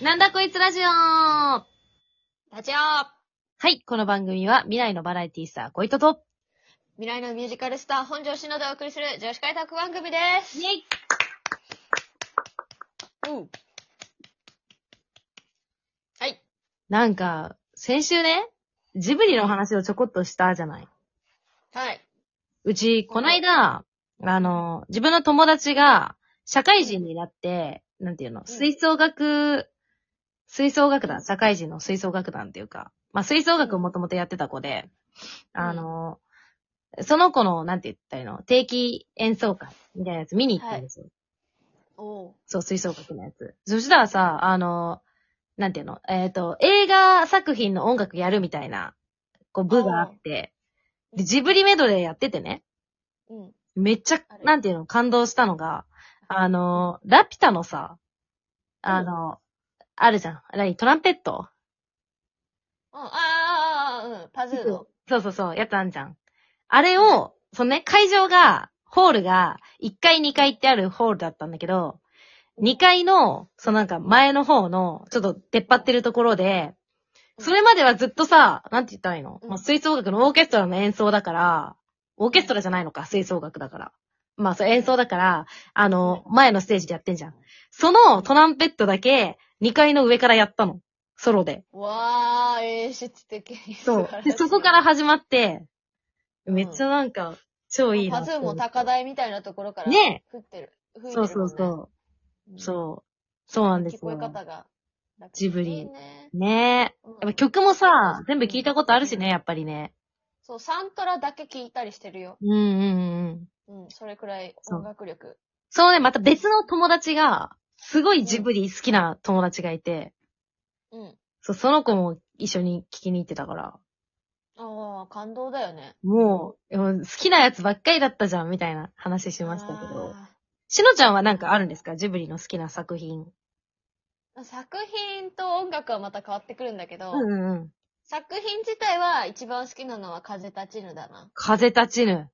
ラジオはラジオい、この番組は未来のバラエティスター、小糸と、未来のミュージカルスター、本庄篠でお送りする女子会トーク番組でイす。ェイうん。はい。なんか、先週ね、ジブリの話をちょこっとしたじゃない。はい。うち、こないだ、あの、自分の友達が、社会人になって、なんていうの、吹奏楽、吹奏楽団、社会人の吹奏楽団っていうか、まあ、吹奏楽をもともとやってた子で、うんあの、その子の、なんて言ったらいいの、定期演奏会みたいなやつ見に行ったんですよ。おう。そう、吹奏楽のやつ。そしたらさ、あの、なんていうのえっ、と、映画作品の音楽やるみたいな、こう、部があって、あーで、ジブリメドレーやっててね、うん。めっちゃあ、れなんていうの、感動したのが、あの、ラピュタのさ、あの、あるじゃん。何トランペットああ、ああ、うん。パズーの。そうそうそう、やつあんじゃん。あれを、そのね、会場が、ホールが、1階2階ってあるホールだったんだけど、2階の、そのなんか前の方の、ちょっと出っ張ってるところで、それまではずっとさ、なんて言ったらいいの、うんまあ、吹奏楽のオーケストラの演奏だから、オーケストラじゃないのか、吹奏楽だから。まあ、そう演奏だから、あの、前のステージでやってんじゃん。そのトランペットだけ、2階の上からやったの。ソロで。わー、演出的。そう素晴ら。しいで、そこから始まって、うんめっちゃなんか、超いいなパってズー思っもて。高台みたいなところから。ね降ってる。吹いてるそもうそんねうそうん。う。そう。そうなんです聞こえよ。方が楽。ジブリいいね。ねうんえ。やっぱ曲もさ、全部聞いたことあるしね、やっぱりね。そう、サントラだけ聞いたりしてるよ。うんうんうん。うん、それくらいそう音楽力。そうね、また別の友達が、すごいジブリ好きな友達がいて、うん。そう、その子も一緒に聞きに行ってたから、ああ、感動だよね。もう、でも好きなやつばっかりだったじゃん、みたいな話しましたけど。あしのちゃんはなんかあるんですかジブリの好きな作品。ー。作品と音楽はまた変わってくるんだけど、うんうんうん。作品自体は一番好きなのは風立ちぬだな。風立ちぬ。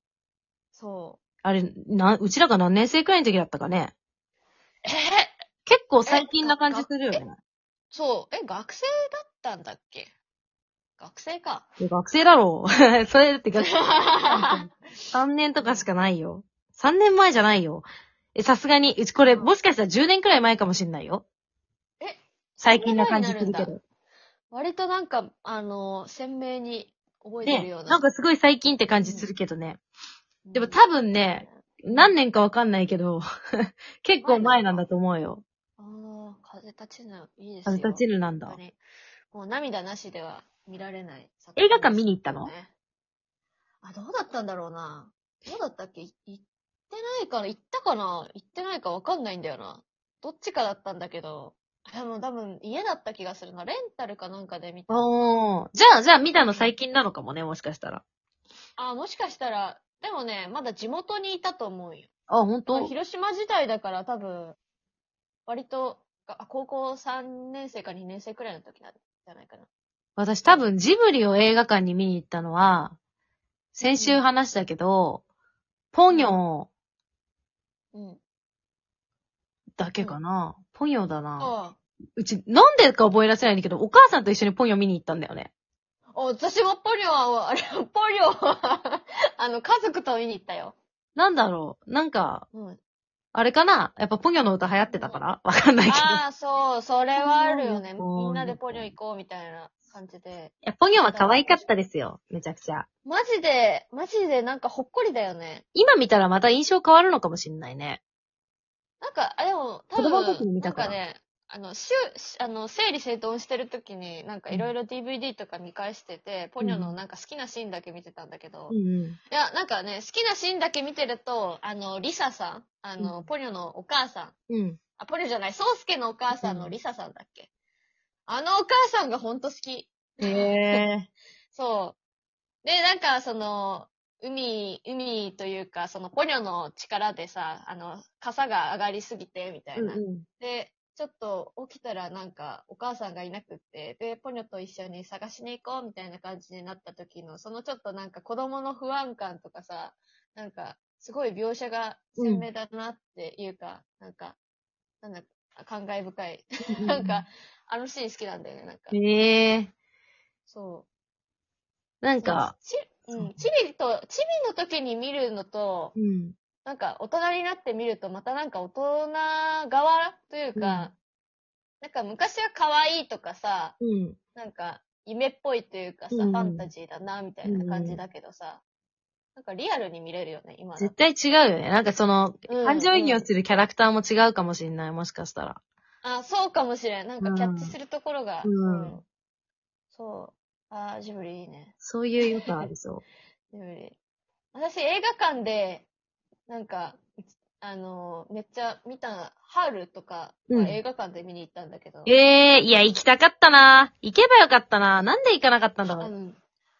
そあれ、な、うちらが何年生くらいの時だったかねう。え結構最近な感じするよね。そう。え、学生だったんだっけ学生か。いや学生だろう。 それだって学生。3年とかしかないよ。3年前じゃないよ。え、さすがに、うちこれ、もしかしたら10年くらい前かもしんないよ。え最近な感じするけそんなにど。割となんか、あのー鮮明に覚えてるねよう、な。なんかすごい最近って感じするけどね。うん、でも多分ね、何年かわかんないけど、 結構前なんだと思うよ。ああ、風立ちぬ、いいですよ。風立ちぬなんだ本当。にもう涙なしでは見られない作映画館見に行ったのですよねあ、どうだったんだろうな。どうだったっけい行ってないかな行ったかな行ってないかわかんないんだよな。どっちかだったんだけど。でも多分家だった気がするな。レンタルかなんかで見た。おー。じゃあ、じゃあ見たの最近なのかもね、もしかしたら。あ、もしかしたら、でもね、まだ地元にいたと思うよ。あ、本当広島時代だから多分、割と、あ高校3年生か2年生くらいの時なんじゃないかな。私多分ジブリを映画館に見に行ったのは、先週話したけど、ポニョうん。だけかな。ポニョだな。ああ。うち、なんでか覚えらせないんだけど、お母さんと一緒にポニョ見に行ったんだよね。あ私もポニョは、あれ、 ポニョは、あの、家族と見に行ったよ。なんだろう。なんか、うん。あれかなやっぱポニョの歌流行ってたからわかんないけど。いああ、そう、それはあるよね。ポニョ行こうみんなでポニョ行こうみたいな感じで。や、ポニョは可愛かったですよ。めちゃくちゃ。マジで、マジでなんかほっこりだよね。今見たらまた印象変わるのかもしんないね。なんか、あ、でも、多子供の時に見分、なたんからかね、あの、しゅ、しあの、整理整頓してる時に、なんかいろいろ DVD とか見返してて、ポニョのなんか好きなシーンだけ見てたんだけど、うんうん。いや、なんかね、好きなシーンだけ見てると、あの、リサさん、あの、うんポニョのお母さん、うん。あ、ポルじゃない、ソウスケのお母さんうのんリサさんだっけ。あのお母さんがほんと好き。へえ。そう。で、なんか、その、海、海というか、そのポニョの力でさ、あの、傘が上がりすぎて、みた いうんな。うん。で、ちょっと起きたらなんか、お母さんがいなくって、で、ポニョと一緒に探しに行こう、みたいな感じになった時の、そのちょっとなんか子供の不安感とかさ、なんか、すごい描写が鮮明だなっていうか、なんか、なんだ、感慨深い。なんか、 あのシーン好きなんだよね、なんか。ええそう。なんか、ち、うん、チビと、チビの時に見るのと、うん。なんか大人になって見ると、またなんか大人側といううか、んなんか昔は可愛いとかさ、うん。なんか夢っぽいというかさ、うんファンタジーだな、みたいな感じだけどさ、なんかリアルに見れるよね、今の絶。対違うよね。なんかその、感情移入するキャラクターも違うかもしれない。もしかしたら。あ、そうかもしれん。なんかキャッチするところが。うんそう。あー、ジブリいいね。そういう良さありそジブリ。私、映画館で、なんか、あのーめっちゃ見た、ハウルとか、うん映画館で見に行ったんだけど、う。 ええいや、行きたかったな。行けばよかったな。なんで行かなかったんだあろの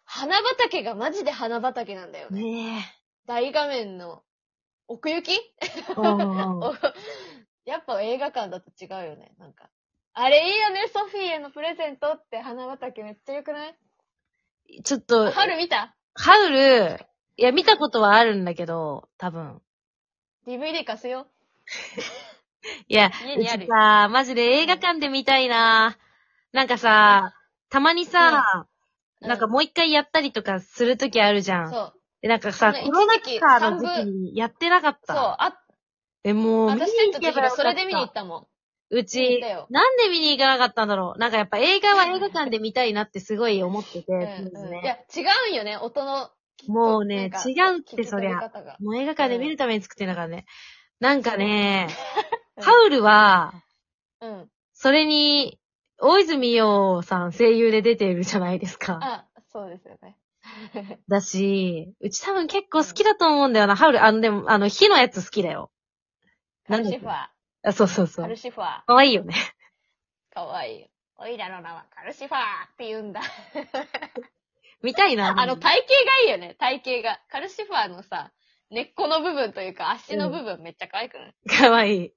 花畑がマジで花畑なんだよう。ね。ね大画面の奥行きえ。うんうん やっぱ映画館だと違うよね、なんか。あれいいよね、ソフィーへのプレゼントって花畑めっちゃ良くない ちょっと、春見たハウル、いや、見たことはあるんだけど、多分。 ?DVD 貸すよ。いや、家うにあるち。さ、マジで映画館で見たいな。なんかさ、たまにさ、うんなんかもう一回やったりとかするときあるじゃん。そう。でなんかさ、そのコロナ一時期禍の三部時期にやってなかっそた。う。あ、でも、見に私行たけちばよがかったそれで見に行ったもん。う見に行ちった、よ。なんで見に行かなかったんだろう。なんかやっぱ映画は映画館で見たいなってすごい思ってて、うん常々うんいね。や、違うんよね、音の。きっともうねなんか違うってそりゃ聞き取り方がもう映画館で見るために作ってんだからね。なんかね、 うんハウルは、うん。それに、大泉洋さん声優で出てるじゃないですか。あ、そうですよね。だし、うち多分結構好きだと思うんだよな。ハウル、あの、でも、あの、火のやつ好きだよ。カなんルだっけシファー。あ、そうそうそカうル。シファー。かわいいよね。かわいい。おいらの名はカルシファーって言うんだ。見たい な。あの、体型がいいよね、体型が。カルシファーのさ、根っこの部分というか足の部分めっちゃ可愛くない、かわいい。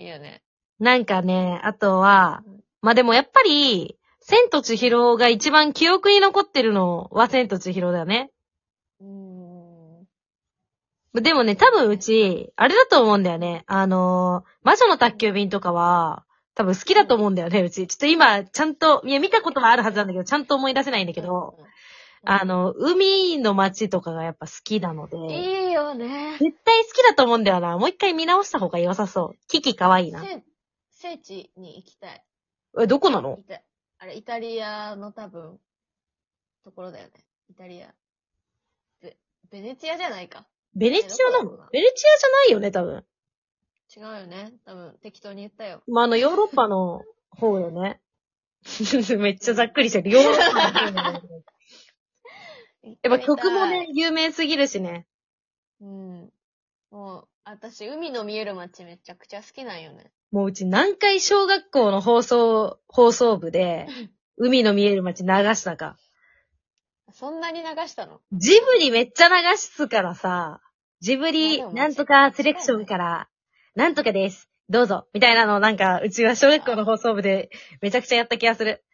いいよね。なんかね、あとはうん、まあ、でもやっぱり、千と千尋が一番記憶に残ってるのは千と千尋だよね。うーん。でもね、多分うち、あれだと思うんだよね。あのー魔女の宅急便とかは、多分好きだと思うんだよね、うち。ちょっと今、ちゃんと、いや、見たことはあるはずなんだけど、ちゃんと思い出せないんだけど、うん、あの、海の街とかがやっぱ好きなので、いいよね。絶対好きだと思うんだよな。もう一回見直した方が良さそう。キキ可愛いな。聖聖地に行きたい。え、どこなのイタあれ、イタリアの多分、ところだよね。イタリア。ベ、ベネチアじゃないか。ベネチアなえどこのなのベネチアじゃないよね、多分。違うよね。多分、適当に言ったよ。まあ、あの、ヨーロッパの方よね。 めっちゃざっくりしてる。ヨーロッパの方よね。やっぱ曲もね、有名すぎるしね。行ってみたい。うん。もう、私、海の見える街めちゃくちゃ好きなんよね。もううち何回小学校の放送、放送部で、海の見える街流したか。そんなに流したのジブリめっちゃ流すからさ、ジブリまあでもなんとかセレクションから、なんとかです。どうぞ。みたいなのをなんか、うちは小学校の放送部でめちゃくちゃやった気がする。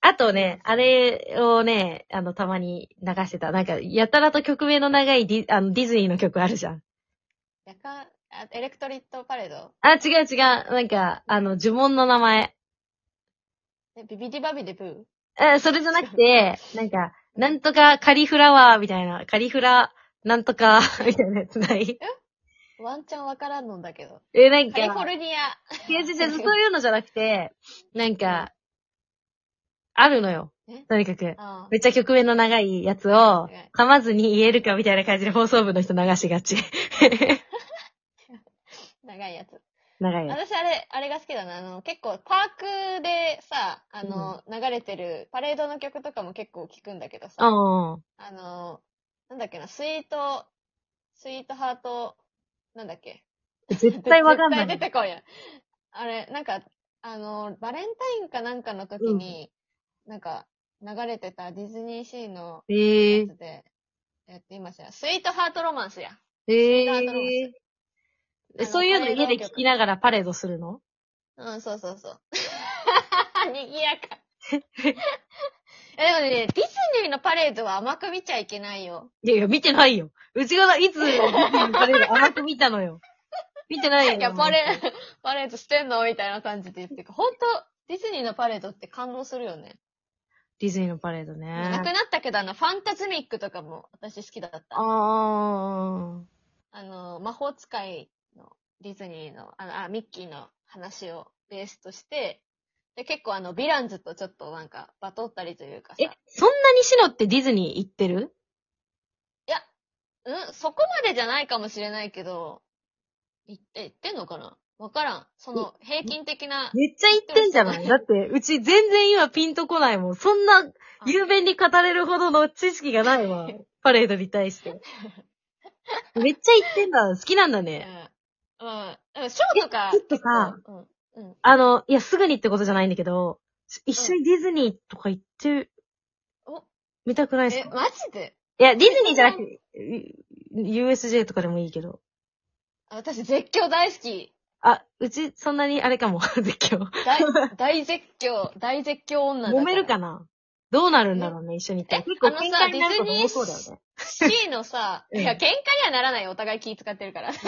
あとね、あれをね、あの、たまに流してた。なんか、やたらと曲名の長いディあのディズニーの曲あるじゃん。やかあ、エレクトリットパレードあ、違う違う。なんか、あの、呪文の名前。えビビディバビデブーえ、それじゃなく て、なんか、なんとかカリフラワーみたいな、カリフラ、なんとか、みたいなやつないワンチャンわからんのんだけど。え、なんカリフォか、ルニア。いや違う違うそういうのじゃなくて、なんか、あるのよえ。とにかく。あめっちゃ曲名の長いやつを、噛まずに言えるかみたいな感じで放送部の人流しがち。あ、長いやつ。 長いや私あれ、あれが好きだな。あの、結構パークでさ、あの、流れてるパレードの曲とかも結構聞くんだけどつ。うさ、ん。あの、なんだっけな、スイート、スイートハート、なんだっけ。絶対わかんな 絶対出い。てこいや。あれ、なんか、あの、バレンタインかなんかの時に、なんか、流れてたディズニーシーのえやー、つで、えっと、今さ、スイートハートロマンスや。えハートロマンスー。えそういうの家で聞きながらパレードするのうん、そうそうそう。 賑 やか。え、でもね、ディズニーのパレードは甘く見ちゃいけないよ。いやいや、見てないよ。うちがいつ、パレード甘く見たのよ。見てないよ。 いや、パレ、パレードしてんのみたいな感じで言ってか、ほんと、ディズニーのパレードって感動するよね。ディズニーのパレードね。もうなくなったけど、あの、ファンタズミックとかも私好きだった。ああの、魔法使いのディズニーの、あの、あミッキーの話をベースとして、で、結構あの、ヴィランズとちょっとなんか、バトったりというかさ。ー。え、そんなにシロってディズニー行ってるうん、そこまでじゃないかもしれないけど、いえ、言ってんのかなわからん。その、平均的な、めっちゃ行ってんじゃな行っいてま だって、うち全然今ピンとこないもん。そんな、雄弁に語れるほどの知識がないわ。パレードに対 して。めっちゃ行ってんだ。好きなんだうん。ね。うん。でもショーとかちょ、っとさ、うん。うん。あの、いや、すぐにってことじゃないんだけど、一緒にディズニーとか行って、お見たくないですえ、かマジでいや、ディズニーじゃなくて、U- USJ とかでもいいけど。あ私、絶叫大好き。あ、うち、そんなにあれかも、 絶叫。 大、大絶叫、大絶叫女だから。揉めるかなどうなるんだろうね、一緒に行ったら。え結構あの喧さ嘩になることも多そうだよね。 C のさ、うんいや、喧嘩にはならないよお互い気使ってるか ら。気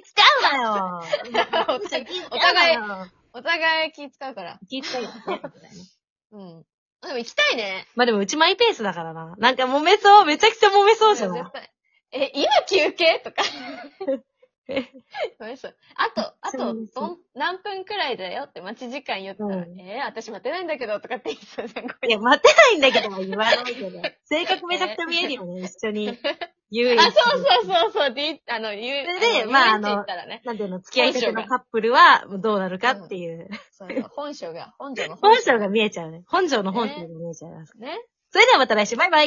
使うなよお互い、お互い気使うから。気使うよね。うん。でも行きたいね。まあでもうちマイペースだからな。なんか揉めそう、めちゃくちゃ揉めそうじ ゃない絶対。え、今休憩 とか。えそうですあと、あとそうです、どん、何分くらいだよって待ち時間言ったら、うんえー私待てないんだけど、とかって言いそうじゃん、こいや、待てないんだけど、言わないけど。性格めちゃくちゃ見えるよね、一緒 に。遊園れ地あ、そうそうそうそう、で、あの、言う、それでのまあ遊園地行ったらね。なんていうの、付き合い先のカップルはどうなるかっていう。そうそう、本性が、本性の本性が見えちゃうね。本性の本性が見えちゃいます。ね。それではまた来週、バイバイ